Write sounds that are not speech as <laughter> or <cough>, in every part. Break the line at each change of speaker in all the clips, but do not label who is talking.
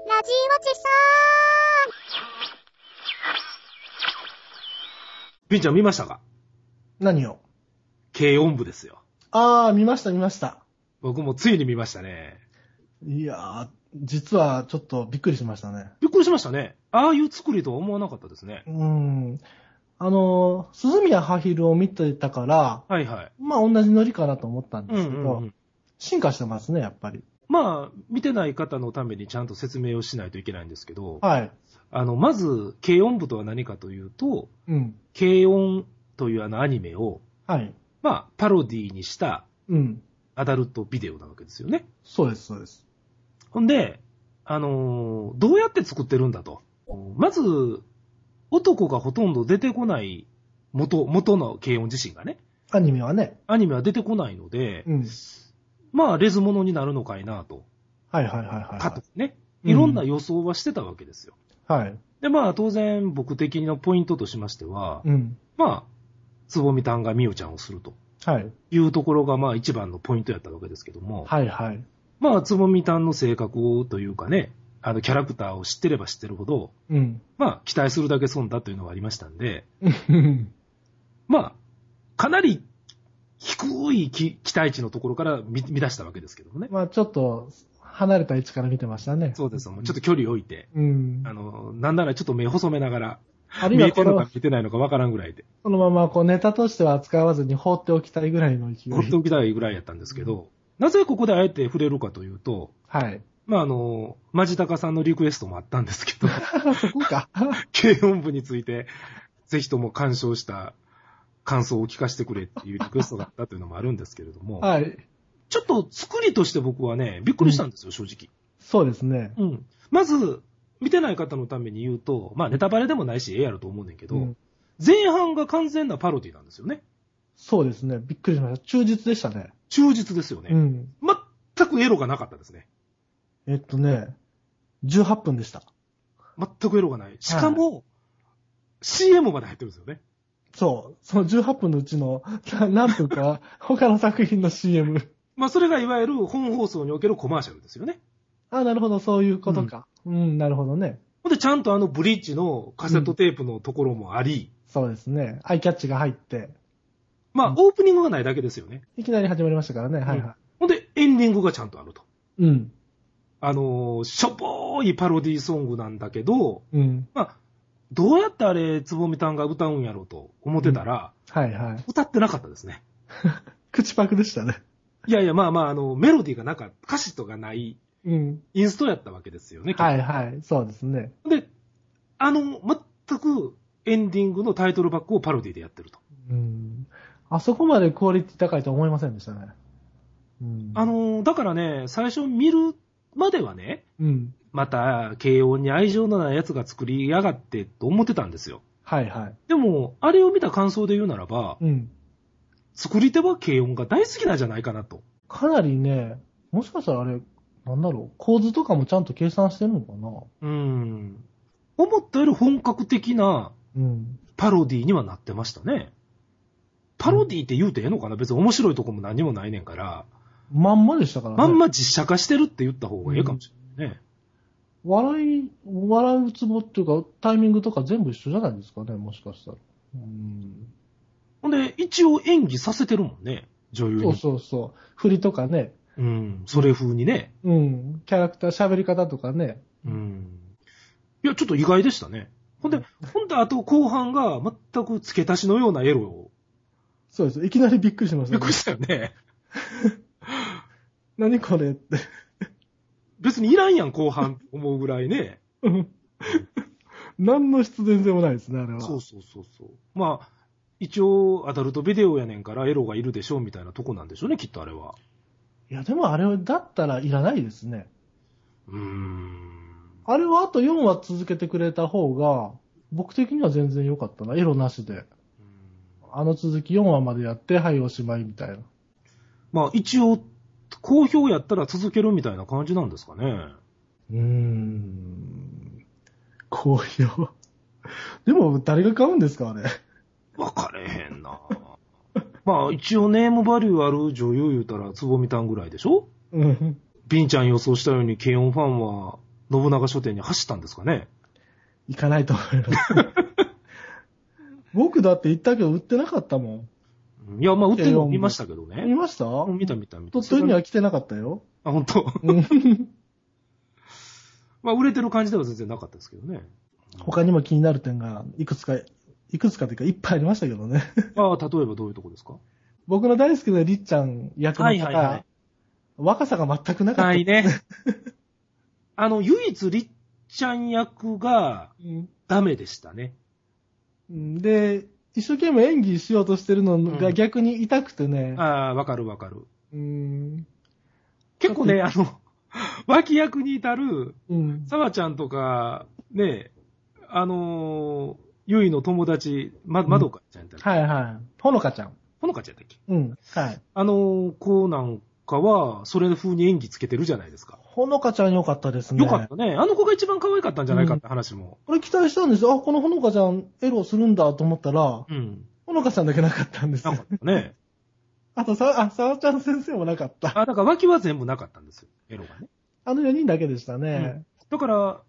ちそ
みーちゃん見ましたか
何を
軽音部ですよ。
ああ、見ました見ました。
僕もついに見ましたね。
いやー、実はちょっとびっくりしましたね。
びっくりしましたね。ああいう作りとは思わなかったですね
う。ーん。あのー、鈴宮ハヒルを見てたから、
はいはい。
まあ同じノリかなと思った
う
ん
ん
ですけ
う
ど、
んうん。
進化してますね、やっぱり。
まあ、見てない方のためにちゃんと説明をしないといけないんですけど、
はい。
あの、まず、軽音部とは何かというと、
うん。
軽音というあのアニメを、
はい。
まあ、パロディーにした
うん。
アダルトビデオなわけですよね。
そうです、そうです。
ほんで、あのーどうやって作ってるんだと。まず、男がほとんど出てこない元、元の軽音自身がね、
アニメはね。
アニメは出てこないので、
うん。
まあ、レズものになるのかいなと、
はいはいはいはい
かと
は
ね、
うん
いろんな予想はしてたわけですよ。
い。はい。
で、まあ、当然、僕的なポイントとしましては、
うん。
まあ、つぼみたんがみおちゃんをすると
はい。
いうところが、まあ、一番のポイントやったわけですけども、
はいはい。
まあ、つぼみたんの性格をというかね、あの、キャラクターを知ってれば知ってるほど、
うん。 <laughs>
まあ、期待するだけ損だというのがありましたんで、
うん
まあ、かなり低いき期待値のところから見見出したわけですけどもね。
まあちょっと、離れた位置から見てましたね。
そうです。もうちょっと距離を置いて、
うん。
あの、なんならちょっと目細めながら、
あるい
見え
は
て
こ
るの
の
か見えてないのかわからんぐらいで、
このままこうネタとしては扱わずに放っておきたいぐらいの勢い。
放っておきたいぐらいやったんですけど、なぜここであえて触れるかというと、
はい。
まあ、あの、マジタカさんのリクエストもあったんです
<laughs>
けど、
そこか。
軽音部について、ぜひとも鑑賞した感想を聞かせてくれっていうリクエストがあったというのもあるんですけれども、
<laughs> はい。
ちょっと作りとして僕はね、びっくりしたんですよ、正直。
そうですね。
うん。まず、見てない方のために言うと、まあネタバレでもないし、ええやろと思うねんけど、
うん
前半が完全なパロディなんですよね。
そうですね。びっくりしました。忠実でしたね。
忠実ですよ
う
ね。
ん。
全くエロがなかったですね。
えっとね、18分でした。
全くエロがない。しかも、CM まで入ってるんですよね。
そう。その18分のうちの <laughs> な何分か <laughs> は他の作品の CM。
まあそれがいわゆる本放送におけるコマーシャルですよね。
あ、なるほど。そういうことか。うん、なるほどね。
ほんでちゃんとあのブリッジのカセットテープのところもあり、
そうですね。アイキャッチが入って、
まあオープニングがないだけですよね。
いきなり始まりましたからね。はいは
ほんでエンディングがちゃんとあると。
い。うん。
あのーしょぼーいパロディーソングなんだけど、
うん。
まあ、どうやってあれ、つぼみたんが歌うんやろうと思ってたら、
はいはい。
歌ってなかったですね。
口パクでしたね。
いやいや、まあまあ、あの、メロディーがなかった、歌詞とかない、
うん。
インストやったわけですよね。
はいはい。そうですね。
で、あの、全くエンディングのタイトルバックをパロディーでやってると。
うん。あそこまでクオリティ高いとは思いませんでしたね。うん。
あ、のー、だからね、最初見るまではね、
うん。
また、慶応に愛情のない奴が作りやがってと思ってたんですよ。
はいはい。
でも、あれを見た感想で言うならば、
うん。
作り手は軽音が大好きなんじゃないかなと。
かなりね、もしかしたらあれ、なんだろう、構図とかもちゃんと計算してるのかな
うん。思ったより本格的な
うん。
パロディにはなってましたね。パロディって言うてええのかな別に面白いとこも何もないねんから、
まんまでしたからね。
まんま実写化してるって言った方がええかもしれないね。
笑い、笑うツボっていうか、タイミングとか全部一緒じゃないですかね、もしかしたら。うん。
ほんで、一応演技させてるもんね。女優に。
そうそうそう。振りとかね。
うん。それ風にね。
うん。キャラクター、喋り方とかね。
うん。いや、ちょっと意外でしたね。ほんで、ほんで、あと後半が全く付け足しのようなエロを。
そうです。いきなりびっくりしまし
び
た、
っ
ね。
くりしたよね。
何これって。
別にいらんやん、後半。思うぐらいね。
うん何の必然性もないですね、あれは。
そうそうそうそう。まあ、一応、アダルトビデオやねんから、エロがいるでしょうみたいなとこなんでしょうね、きっとあれは。
いや、でもあれだったらいらないですね。
うーん。
あれはあと4話続けてくれた方が、僕的には全然良かったな。エロなしで。あの続き4話までやって、はい、おしまいみたいな。
まあ、一応、好評やったら続けるみたいな感じなんですかね。
うーん。好評。でも、誰が買うんですか、あれ。
分かれへんな。 <laughs> まあ、一応ネームバリューある女優言うたら、つぼみたんぐらいでしょ
うん。
ビンちゃん予想したように、軽音ファンは、信長書店に走ったんですかね。
行かないと思います。
<laughs>
僕だって行ったけど売ってなかったも
うんいや、まあ、売ってるの見ましたけど
ん。見
ね。
ました
うん見た見た見た。
鳥取には来てなかったよ。
あ、本当。 <laughs>
うん
まあ、売れてる感じでは全然なかったですけどね。
他にも気になる点がいくつか、いくつかというかいっぱいありましたけどね。 <laughs>
ああ、例えばどういうとこですか
僕の大好きなりっちゃん役の方、
はいはいはい
若さが全くなかった。
ないね。 <laughs> あの、唯一、りっちゃん役が
うん
ダメでしたね。
で、一生懸命演技しようとしてるの
う
が
ん
逆に痛くてね。
ああ、わかるわかる。
うん。
結構ね、あの、 <laughs> 脇役に至る、
うん。
沢ちゃんとか、ね、あのー、ゆいの友達、ま、まどかちゃんやったっけ、
はいはい。ほのかちゃん。
ほのかちゃんやったっけ
うん。はい。
あのー、子なんかは、それ風に演技つけてるじゃないですか。
ほのかちゃん良かったですね。
よかったね。あの子が一番可愛かったんじゃないかって話も。
これ期待したんですよ。あ、このほのかちゃんエロするんだと思ったら、
うん。
ほのかちゃんだけなかったんです
な
よ。
かったね。
あとさ、あ、さわちゃん先生もなかった。
あ、だから脇は全部なかったんですよ。エロがね。
あの4人だけでしたね。
だから、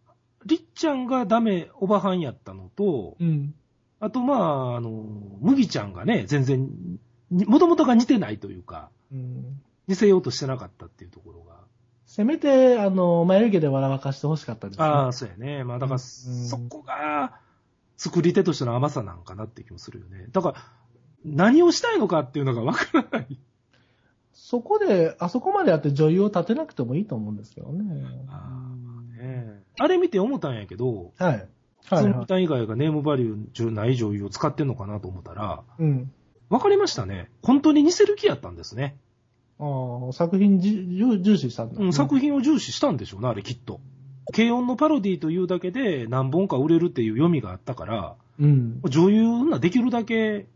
りっちゃんがダメ、おばはんやったのと、
うん。
あと、まあ、あの、麦ちゃんがね、全然、もともとが似てないというか、
うん。
似せようとしてなかったっていうところが。
せめて、あの、眉毛で笑わかしてほしかったです、ね。
ああ、そうやね。まあ、だから、そこが、作り手としての甘さなんかなって気もするよね。だから、何をしたいのかっていうのがわからない。
そこで、あそこまでやって女優を立てなくてもいいと思うんですけどね。
あーねあれ見て思ったんやけど、
はい。
そ
はい、
の
は
舞台以外がネームバリューじゃない女優を使ってんのかなと思ったら、
い。うん。
わかりましたね。本当に似せる気やったんですね。
ああ、作品じ重重視したんだ、
うん、作品を重視したんでしょうな、あれきっと。軽音のパロディというだけで何本か売れるっていう読みがあったから、
うん。
女優なできるだけ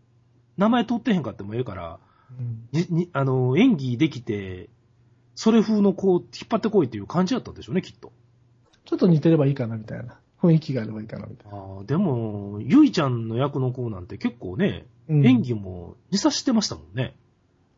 名前取ってへんかってもええから、
うん。
ににあの演技できて、それ風のこう引っ張ってこいっていう感じやったんでしょうね、きっと。
ちょっと似てればいいかな、みたいな。雰囲気があればいいかな、みたい
あーでも、ゆいちゃんの役の子なんて結構ね、
な。うん
演技も似さしてましたもんね。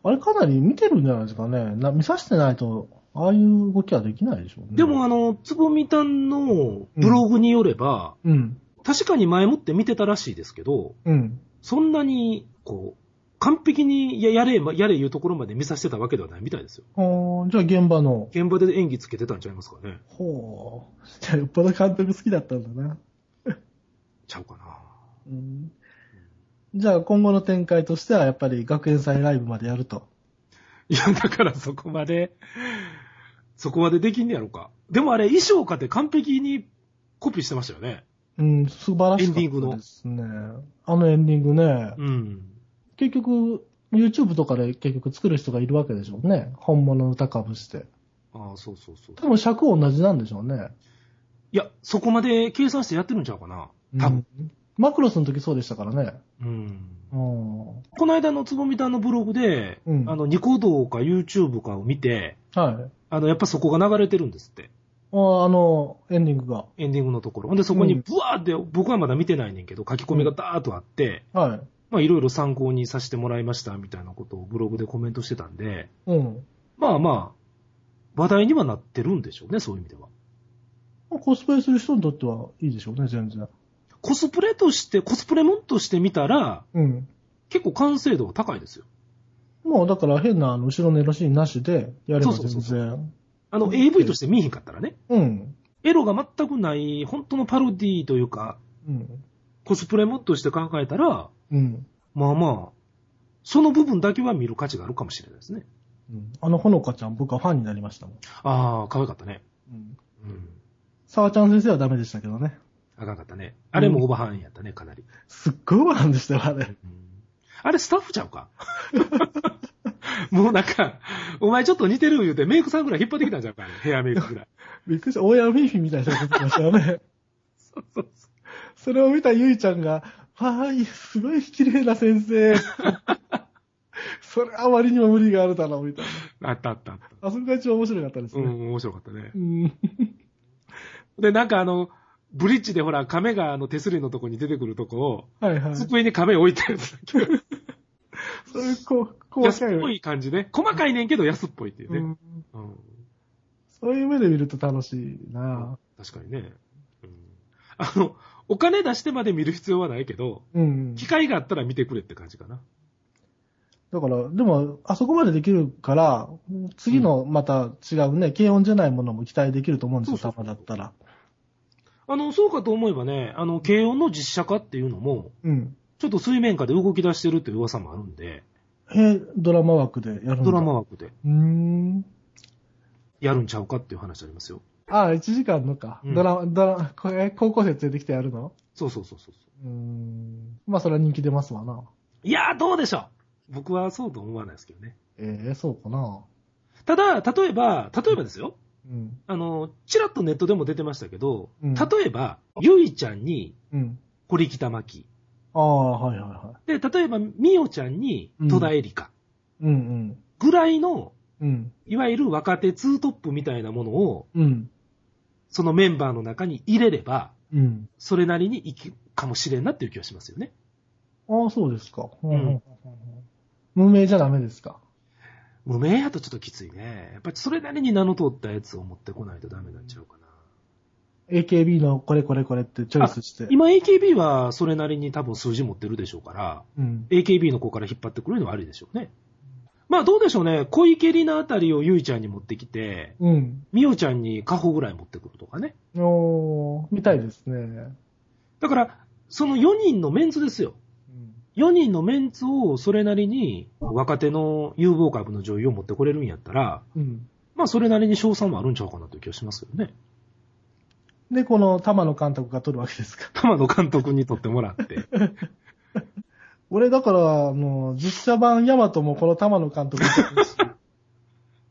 あれかなり見てるんじゃないですかね。な見させてないと、ああいう動きはできないでしょうね。
でも、あの、つぼみたんのブログによれば、
うん。
確かに前もって見てたらしいですけど、
うん。
そんなに、こう、完璧にややれ、まやれいうところまで見させてたわけではないみたいですよ。
ほーじゃあ現場の。
現場で演技つけてたんちゃいますかね。
ほう。 <laughs> じゃあ、よっぽど監督好きだったんだな。
ちゃうかな。
うん。じゃあ、今後の展開としては、やっぱり学園祭ライブまでやると。
いや、だからそこまで、そこまでできんねやろか。でもあれ、衣装かって完璧にコピーしてましたよね。
うん、素晴らし
エンディング
かった
の
ですね。あのエンディングね。
うん。
結局、YouTube とかで結局作る人がいるわけでしょうね。本物の歌かぶして。
ああ、そうそうそう。
多分尺同じなんでしょうね。
いや、そこまで計算してやってるんちゃうかな。多分。
うんマクロスの時そうでしたからね。
うん。
うん。は
この間のつぼみたんのブログで、
うん
あの、ニコ動か YouTube かを見て、
い。あ
あの、やっぱそこが流れてるんですって。
あの、エンディングが。
エンディングのところ。ほんで、そこに
うん
ブワーって、僕はまだ見てないねんけど、書き込みがダーッとあって、
はい。
まあ、いろいろ参考にさせてもらいました、みたいなことをブログでコメントしてたんで、
うん。
まあまあ、話題にはなってるんでしょうね、そういう意味では。
コスプレする人にとってはいいでしょうね、全然。
コスプレとして、コスプレもんとして見たら、
うん。
結構完成度は高いですよ。
もうだから変なあの後ろのエロシーンなしでやれば全然。
そうそうそうあの、
うん
AV として見えへんかったらね。
ん。
エロが全くない、本当のパロディというか、
うん。
コスプレもんとして考えたら、
うん。
まあまあ、その部分だけは見る価値があるかもしれないですね。
うんあの、ほのかちゃん、僕はファンになりましたもん。
ああ、可愛かったね。
うん。
うん。
沢ちゃん先生はダメでしたけどね。
あかんかったね。あれもオーバーハンやったね、かなり。
すっごい笑うんでしたよ、あれ。
あれスタッフちゃうか <laughs> もうなんか、お前ちょっと似てる言うてメイクさんぐらい引っ張ってきたんちゃうか、ヘアメイクぐらい。
びっくりした。オーヤーミーフィーみたいな人が出てきましたよね。
<laughs> そうそうそ
それを見たゆいちゃんが、はーい、すごい綺麗な先生。 <laughs> それあまりにも無理があるだろう、みたいな。
うあったあったあった。
あそこが一番面白かったです
うん、
ね。
面白かったね
う。ん。 <laughs>
で、なんかあの、ブリッジでほら、亀があの手すりのとこに出てくるとこ
はいは
を、
い。
机に亀置いてるやつだけど
そういう、こう、こう、
安っぽい感じね。細かいねんけど安っぽいっていう
う
ね。
ん
うん
そういう目で見ると楽しいな
確かにね。うん、あの、お金出してまで見る必要はないけど、
うん。
機会があったら見てくれって感じかな。
だから、でも、あそこまでできるから、次のまた違うね、軽音じゃないものも期待できると思うんですよ、
そうそう
玉だったら。
あの、そうかと思えばね、あの、軽音の実写化っていうのも、
うん。
ちょっと水面下で動き出してるっていう噂もあるんで、
へドラマ枠でやるんだ
ドラマ。枠で
うーん。
やるんちゃうかっていう話ありますよ。
ああ、1時間のか。
うん
ドラマ、ドラ、これ、高校生連れてきてやるの
そうそうそうそう。
うーん。まあ、それは人気出ますわな。
いやー、どうでしょう僕はそうと思わないですけどね。
ええそうかな。
ただ、例えば、例えばですよ。
うん。
あの、ちらっとネットでも出てましたけど、
うん
例えば、ゆいちゃんに
うん。
堀北真希。
ああ、はいはいは
で、例えば、みよちゃんに戸田恵梨香。
い。うん
ぐらいの、
うん。うん。
いわゆる若手ツートップみたいなものを、
うん。
そのメンバーの中に入れれば、
うん。
それなりにいくかもしれんなっていう気がしますよね。
ああ、そうですか。うんん。無名じゃダメですか。
無名やとちょっときついね。やっぱりそれなりに名の通ったやつを持ってこないとダメになっちゃうかな。
AKB のこれこれこれってチョイスして。
今 AKB はそれなりに多分数字持ってるでしょうから、
うん。
AKB の子から引っ張ってくるのはありでしょうね。まあどうでしょうね。小池里奈あたりをゆいちゃんに持ってきて、
うん。
みおちゃんにカホぐらい持ってくるとかね。
おー、みたいですね。
だから、その4人のメンツですよ。
うん。
4人のメンツをそれなりに若手の有望株の女優を持ってこれるんやったら、
うん。
まあそれなりに賞賛はあるんちゃうかなという気がしますけどね。 <laughs>
で、この玉野監督が撮るわけですか。 <laughs>
玉野監督に取ってもらって。
俺、だから、あの、実写版ヤマトもこの玉野監督が撮る <laughs> しい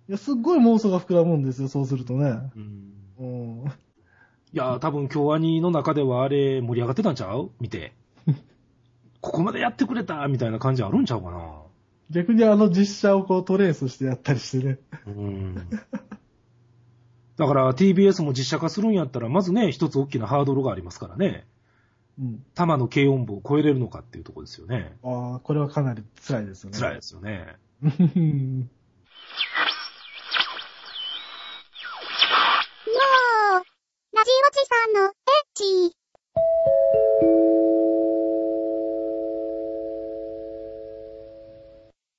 や、すっごい妄想が膨らむんですよ、そうするとね。
うん
うん。
いやー多分京アニの中ではあれ盛り上がってたんちゃう見 <laughs> て。ここまでやってくれたみたいな感じあるんちゃうかな。
逆にあの実写をこうトレースしてやったりしてね。
うん。だから TBS も実写化するんやったら、まずね、一つ大きなハードルがありますからね。
うん。
玉の軽音部を超えれるのかっていうところですよね。
ああ、これはかなり辛いですよね。 <laughs>
辛いですよね。
い。